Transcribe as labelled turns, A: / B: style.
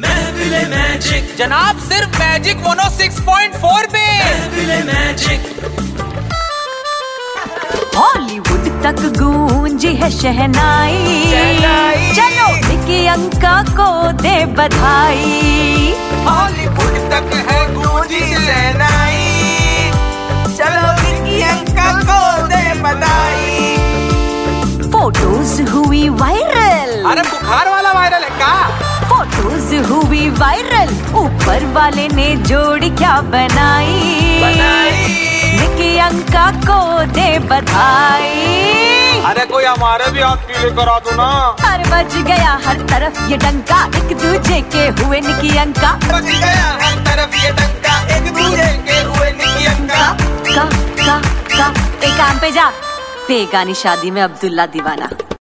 A: महफिले magic
B: जनाब सिर्फ oh magic mono 6.4 पे
A: महफिले मैजिक
C: हॉलीवुड तक गूंजी है शहनाई
B: शहनाई।
C: चलो विकी अंका को दे बधाई
B: हॉलीवुड तक है गूंजी सेनाई चलो विक्की अंकल को दे बधाई
C: फोटोज हुई वायरल
B: अरे बुखार वाला वायरल है का
C: फोटोज हुई वायरल ऊपर वाले ने जोड़ी क्या बनाई विकी अंका को दे बधाई
B: अरे कोई हमारे भी हाथ पीले करा दो ना
C: हर बज गया हर तरफ ये डंका एक दूजे के हुए निकी अंका
B: बच गया हर तरफ ये डंका एक दूजे के हुए निकी अंका
C: का का का एक काम पे जा पे गानी शादी में अब्दुल्ला दीवाना